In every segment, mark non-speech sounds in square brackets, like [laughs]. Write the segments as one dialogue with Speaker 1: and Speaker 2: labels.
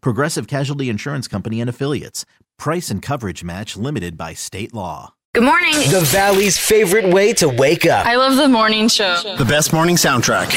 Speaker 1: Progressive Casualty Insurance Company and Affiliates. Price and coverage match limited by state law.
Speaker 2: Good morning.
Speaker 3: The Valley's favorite way to wake up.
Speaker 2: I love the morning show.
Speaker 4: The best morning soundtrack.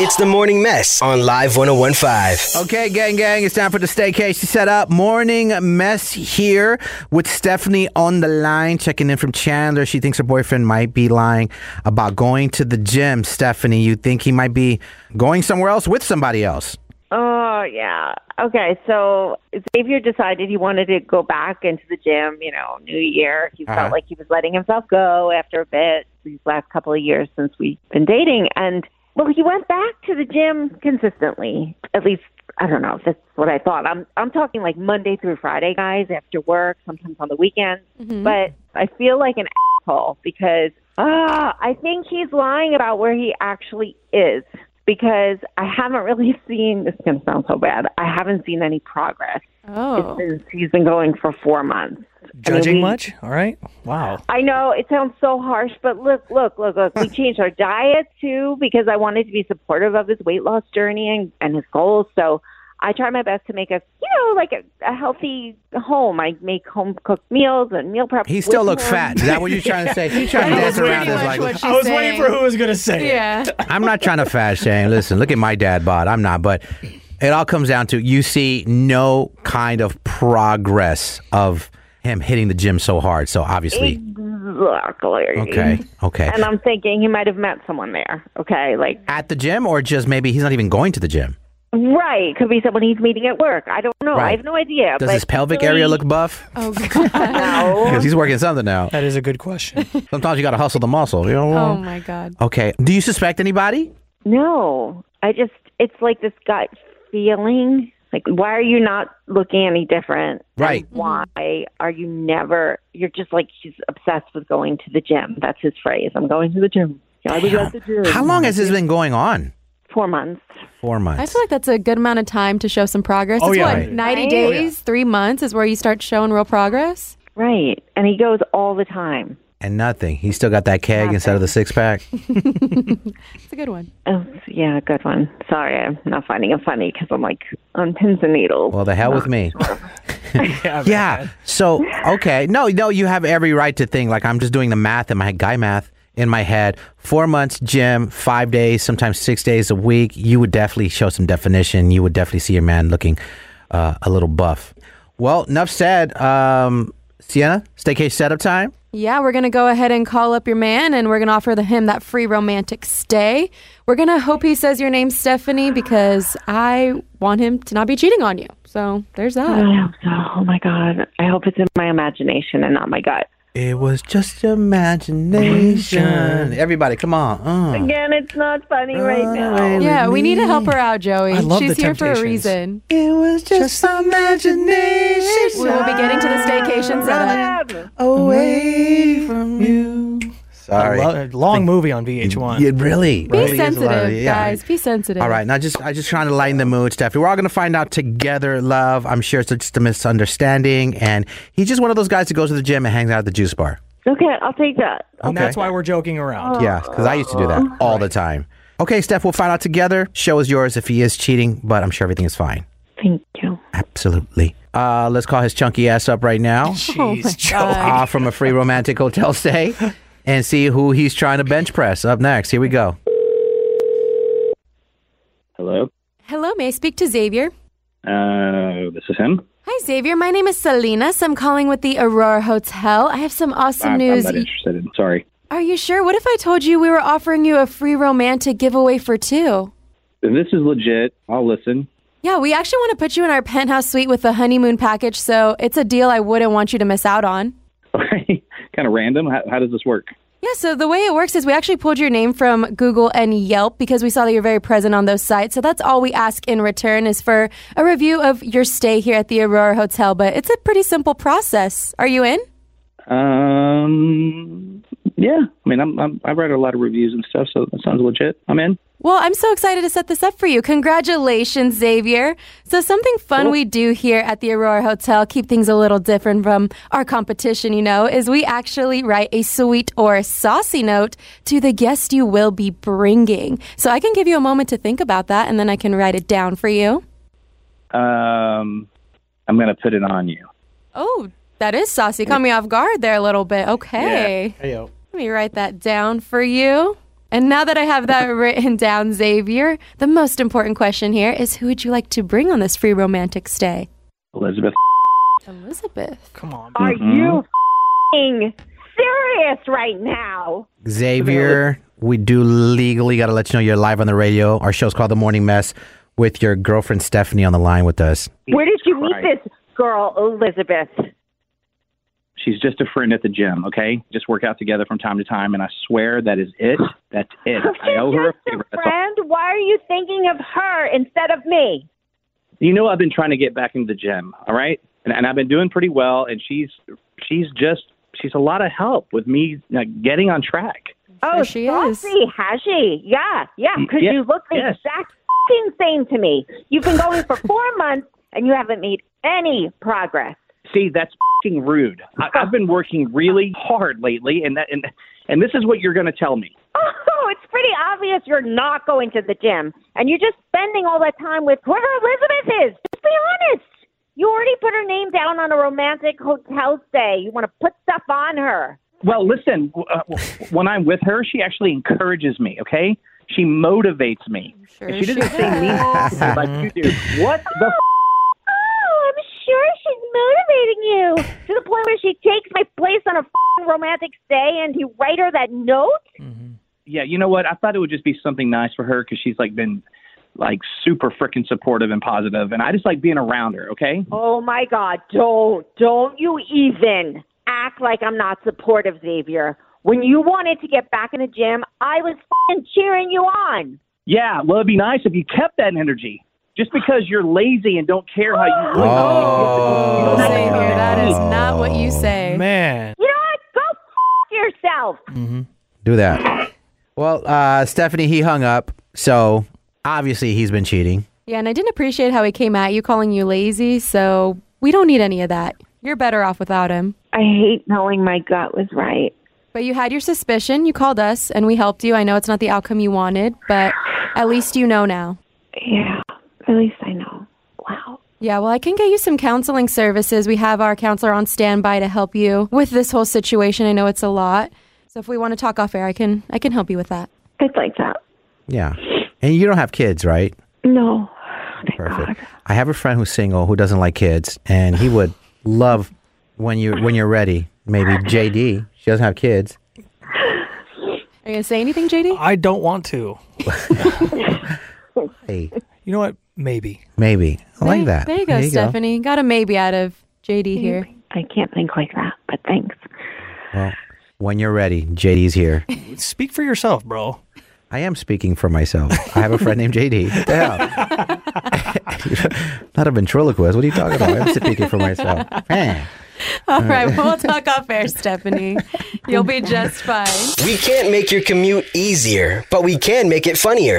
Speaker 3: It's the morning mess on Live 1015.
Speaker 5: Okay, gang, gang, it's time for the staycation set up. Morning mess here with Stephanie on the line, checking in from Chandler. She thinks her boyfriend might be lying about going to the gym. Stephanie, you think he might be going somewhere else with somebody else?
Speaker 6: Oh yeah. Okay, so Xavier decided he wanted to go back into the gym. You know, New Year. He
Speaker 5: Uh-huh.
Speaker 6: felt like he was letting himself go after a bit these last couple of years since we've been dating, and well, he went back to the gym consistently. At least I don't know if that's what I thought. I'm I'm talking like Monday through Friday, guys, after work, sometimes on the weekends. But I feel like an asshole because ah, I think he's lying about where he actually is because I haven't really [laughs] seen. This is gonna sound so bad. I haven't seen any progress
Speaker 7: Oh.
Speaker 6: since he's been going for four months. I mean,
Speaker 7: Um,
Speaker 8: Judging
Speaker 6: we-
Speaker 8: much? All right. Wow.
Speaker 6: I know it sounds so harsh, but look, look, look, look.
Speaker 5: [laughs]
Speaker 6: We changed our diet too because I wanted to be supportive of his weight loss journey and, and his goals. So I try my best to make us, you know, like a, a healthy home. I make home cooked meals and meal prep.
Speaker 5: He still
Speaker 6: with
Speaker 5: looks
Speaker 6: him.
Speaker 5: fat. Is that what you're trying to say?
Speaker 7: [laughs]
Speaker 5: He's trying to
Speaker 7: That
Speaker 5: dance
Speaker 7: is
Speaker 5: around
Speaker 7: pretty
Speaker 5: this.
Speaker 7: much
Speaker 5: Like,
Speaker 7: what she's
Speaker 8: I was waiting for
Speaker 7: saying.
Speaker 8: who was going to say it.
Speaker 7: Yeah.
Speaker 5: [laughs] I'm not trying to fat shame. Listen, look at my dad bod. I'm not, but it all comes down to you see no kind of progress of him hitting the gym so hard. So obviously,
Speaker 6: [laughs] Exactly.
Speaker 5: okay, okay.
Speaker 6: And I'm thinking he might have met someone there. Okay, like
Speaker 5: At the gym, or just maybe he's not even going to the gym.
Speaker 6: right could be someone he's meeting at work. I don't know. I
Speaker 5: Right.
Speaker 6: have no idea.
Speaker 5: Does
Speaker 6: but
Speaker 5: his pelvic
Speaker 6: really-
Speaker 5: area look buff?
Speaker 7: Oh
Speaker 6: [laughs]
Speaker 7: god.
Speaker 6: No.
Speaker 5: Because he's working something now.
Speaker 8: That is a good question.
Speaker 5: Sometimes you got to hustle the muscle. You know?
Speaker 7: oh my god.
Speaker 5: Okay. Do you suspect anybody?
Speaker 6: No, I just it's like this gut feeling. Like, why are you not looking any different? And
Speaker 5: Right.
Speaker 6: why are you never? You're just like she's obsessed with going to the gym. That's his phrase. I'm going to the gym. I was at the gym.
Speaker 5: How long has this been going on?
Speaker 6: Four months.
Speaker 5: Four months.
Speaker 7: I feel like that's a good amount of time to show some progress.
Speaker 8: Oh,
Speaker 7: it's
Speaker 8: yeah.
Speaker 7: what,
Speaker 8: Right.
Speaker 7: 90
Speaker 6: Right?
Speaker 7: days, three months is where you start showing real progress?
Speaker 8: [laughs]
Speaker 6: Right. And he goes all the time.
Speaker 5: and nothing. He's still got that keg instead of the six pack.
Speaker 7: It's a good one.
Speaker 6: Oh, yeah, good one. Sorry, I'm not finding it funny because I'm like on pins and needles.
Speaker 5: Well, the hell with
Speaker 6: [laughs]
Speaker 5: me. [laughs]
Speaker 8: Yeah.
Speaker 5: Yeah. So okay. No, no, you have every right to think like I'm just doing the math in my guy math in my head. Four months gym, five days, sometimes six days a week. You would definitely show some definition. You would definitely see your man looking uh, a little buff. Well, enough said. Um, Sienna, staycation setup time.
Speaker 7: Yeah, we're going to go ahead and call up your man and we're going to offer the, him that free romantic stay. We're going to hope he says your name, Stephanie, because I want him to not be cheating on you. So there's that.
Speaker 6: I hope so. Oh my God. I hope it's in my imagination and not my gut.
Speaker 5: It was just imagination. Everybody, come on. Uh.
Speaker 6: Again, it's not funny right now.
Speaker 7: Yeah, we need to help her out, Joey.
Speaker 8: I love
Speaker 7: She's
Speaker 8: the
Speaker 7: here for a
Speaker 8: Temptations.
Speaker 7: reason.
Speaker 5: It was just imagination.
Speaker 7: We will be getting to the staycation Mm-hmm. setup.
Speaker 5: away from you. Sorry.
Speaker 8: I love- long movie on VH1.
Speaker 5: Yeah, really.
Speaker 7: Be
Speaker 5: really is a lot of-
Speaker 7: sensitive,
Speaker 5: yeah.
Speaker 7: guys. Be sensitive.
Speaker 5: All right, now just I just trying to lighten the mood, Stephanie. We're all gonna find out together, love. I'm sure it's just a misunderstanding, and he's just one of those guys that goes to the gym and hangs out at the juice bar.
Speaker 6: Okay, I'll take that.
Speaker 8: And that's why Oh. we're joking around.
Speaker 5: Yeah, because I used to do that all the time. Okay, Steph, we'll find out together. Show is yours if he is cheating, but I'm sure everything is fine.
Speaker 6: Thank you.
Speaker 5: Absolutely. Uh, let's call his chunky ass up right now.
Speaker 8: Jeez, Joey.
Speaker 5: uh, from a free romantic hotel
Speaker 7: [laughs]
Speaker 5: stay and see who he's trying to bench press up next. Here we go.
Speaker 9: Hello.
Speaker 7: Hello, may I speak to Xavier?
Speaker 9: Uh, this is him.
Speaker 7: Hi, Xavier. My name is Salinas. I'm calling with the Aurora Hotel. I have some awesome
Speaker 2: I'm, I'm
Speaker 7: news.
Speaker 2: not interested in. Sorry,
Speaker 7: Are you sure? What if I told you we were offering you a free romantic giveaway for two?
Speaker 2: if this is legit, I'll listen.
Speaker 7: Yeah, we actually want to put you in our penthouse suite with the honeymoon package, so it's a deal I wouldn't want you to miss out on.
Speaker 2: Okay, [laughs] kind of random. How, how does this work?
Speaker 7: Yeah, so the way it works is we actually pulled your name from Google and Yelp because we saw that you're very present on those sites. So that's all we ask in return is for a review of your stay here at the Aurora Hotel. But it's a pretty simple process. Are you in?
Speaker 2: Um, yeah. I mean, I'm, I'm I write a lot of reviews and stuff, so that sounds legit. I'm in.
Speaker 7: Well, I'm so excited to set this up for you. Congratulations, Xavier. So, something fun we do here at the Aurora Hotel, keep things a little different from our competition, you know, is we actually write a sweet or saucy note to the guest you will be bringing. So, I can give you a moment to think about that and then I can write it down for you.
Speaker 2: Um, I'm gonna put it on you.
Speaker 7: Oh, that is saucy. Caught me off guard there a little bit. Okay.
Speaker 8: Heyo.
Speaker 7: Let me write that down for you. And now that I have that [laughs] written down, Xavier, the most important question here is who would you like to bring on this free romantic stay?
Speaker 2: Elizabeth. Mm-hmm.
Speaker 7: Elizabeth.
Speaker 8: Come on.
Speaker 6: Are you fing serious right now?
Speaker 5: Xavier, we do legally got to let you know you're live on the radio. Our show's called The Morning Mess with your girlfriend Stephanie on the line with us.
Speaker 6: Where did you meet
Speaker 2: Christ.
Speaker 6: this girl, Elizabeth?
Speaker 2: She's just a friend at the gym. Okay, just work out together from time to time, and I swear that is it. That's
Speaker 6: [laughs]
Speaker 2: it. I owe her a
Speaker 6: Just
Speaker 2: favor.
Speaker 6: a
Speaker 2: That's all.
Speaker 6: friend. Why are you thinking of her instead of me?
Speaker 2: You know, I've been trying to get back into the gym. All right, and, and I've been doing pretty well. And she's she's just she's a lot of help with me like, getting on track.
Speaker 6: Oh,
Speaker 7: There she is.
Speaker 6: saucy, has she? Yeah, yeah. Because
Speaker 2: yes,
Speaker 6: you look the
Speaker 2: Mm, yes.
Speaker 6: exact f***ing same to me. You've been going for four [laughs] months and you haven't made any progress.
Speaker 2: See, that's fing rude. I, I've been working really hard lately, and that and and this is what you're going to tell me.
Speaker 6: [laughs] Oh, it's pretty obvious you're not going to the gym, and you're just spending all that time with whoever Elizabeth is. Just be honest. You already put her name down on a romantic hotel stay. You want to put stuff on her.
Speaker 2: Well, listen, w- uh, w- when I'm with her, she actually encourages me. Okay, she motivates me.
Speaker 7: Sure
Speaker 2: And she doesn't say
Speaker 7: Oh.
Speaker 2: mean things like you do. What the? F-
Speaker 6: Uh-huh. [laughs] Oh, I'm sure she's motivating you to the point where she takes my place on a f***ing romantic stay, and you write her that note.
Speaker 2: yeah, you know what? I thought it would just be something nice for her because she's like been like super freaking supportive and positive, and I just like being around her. Okay.
Speaker 6: Oh my God, don't, Oh, don't you even act like I'm not supportive, Xavier. When you wanted to get back in the gym, I was fing cheering you on.
Speaker 2: Yeah. Well, it'd be nice if you kept that energy. Just because you're lazy and don't care how you look.
Speaker 5: Oh.
Speaker 7: Xavier, that is not what you say.
Speaker 8: Man.
Speaker 6: You know what? Go f- yourself.
Speaker 5: Do that. Well, uh, Stephanie, he hung up. So obviously he's been cheating.
Speaker 7: Yeah, and I didn't appreciate how he came at you calling you lazy, so we don't need any of that. You're better off without him.
Speaker 6: [gasps] I hate knowing my gut was right.
Speaker 7: But you had your suspicion, you called us, and we helped you. I know it's not the outcome you wanted, but at least you know now.
Speaker 6: Yeah, at least I know. Wow.
Speaker 7: Yeah, well, I can get you some counseling services. We have our counselor on standby to help you with this whole situation. I know it's a lot. So if we want to talk off air, I can I can help you with that.
Speaker 6: It's like that.
Speaker 5: Yeah. And you don't have kids, right?
Speaker 6: No.
Speaker 7: Oh
Speaker 5: Perfect. I have a friend who's single who doesn't like kids, and he
Speaker 7: [sighs]
Speaker 5: would love when you when you're ready. Maybe JD. She doesn't have kids.
Speaker 7: Are you gonna say anything, JD?
Speaker 8: I don't want to.
Speaker 5: Hey,
Speaker 8: You know what? Maybe.
Speaker 5: maybe I like that.
Speaker 7: There you go, Stephanie. Got a maybe out of JD here.
Speaker 6: I can't think like that, but thanks.
Speaker 5: Well, when you're ready, JD's
Speaker 7: [laughs]
Speaker 5: here.
Speaker 8: Speak for yourself, bro.
Speaker 5: I am speaking for myself. I have a friend named JD. What the hell?
Speaker 7: [laughs]
Speaker 5: [laughs] Not a ventriloquist. What are you talking about? I'm speaking for myself. Eh.
Speaker 7: [laughs] All right, well, we'll talk off air, Stephanie. You'll be just fine.
Speaker 3: We can't make your commute easier, but we can make it funnier.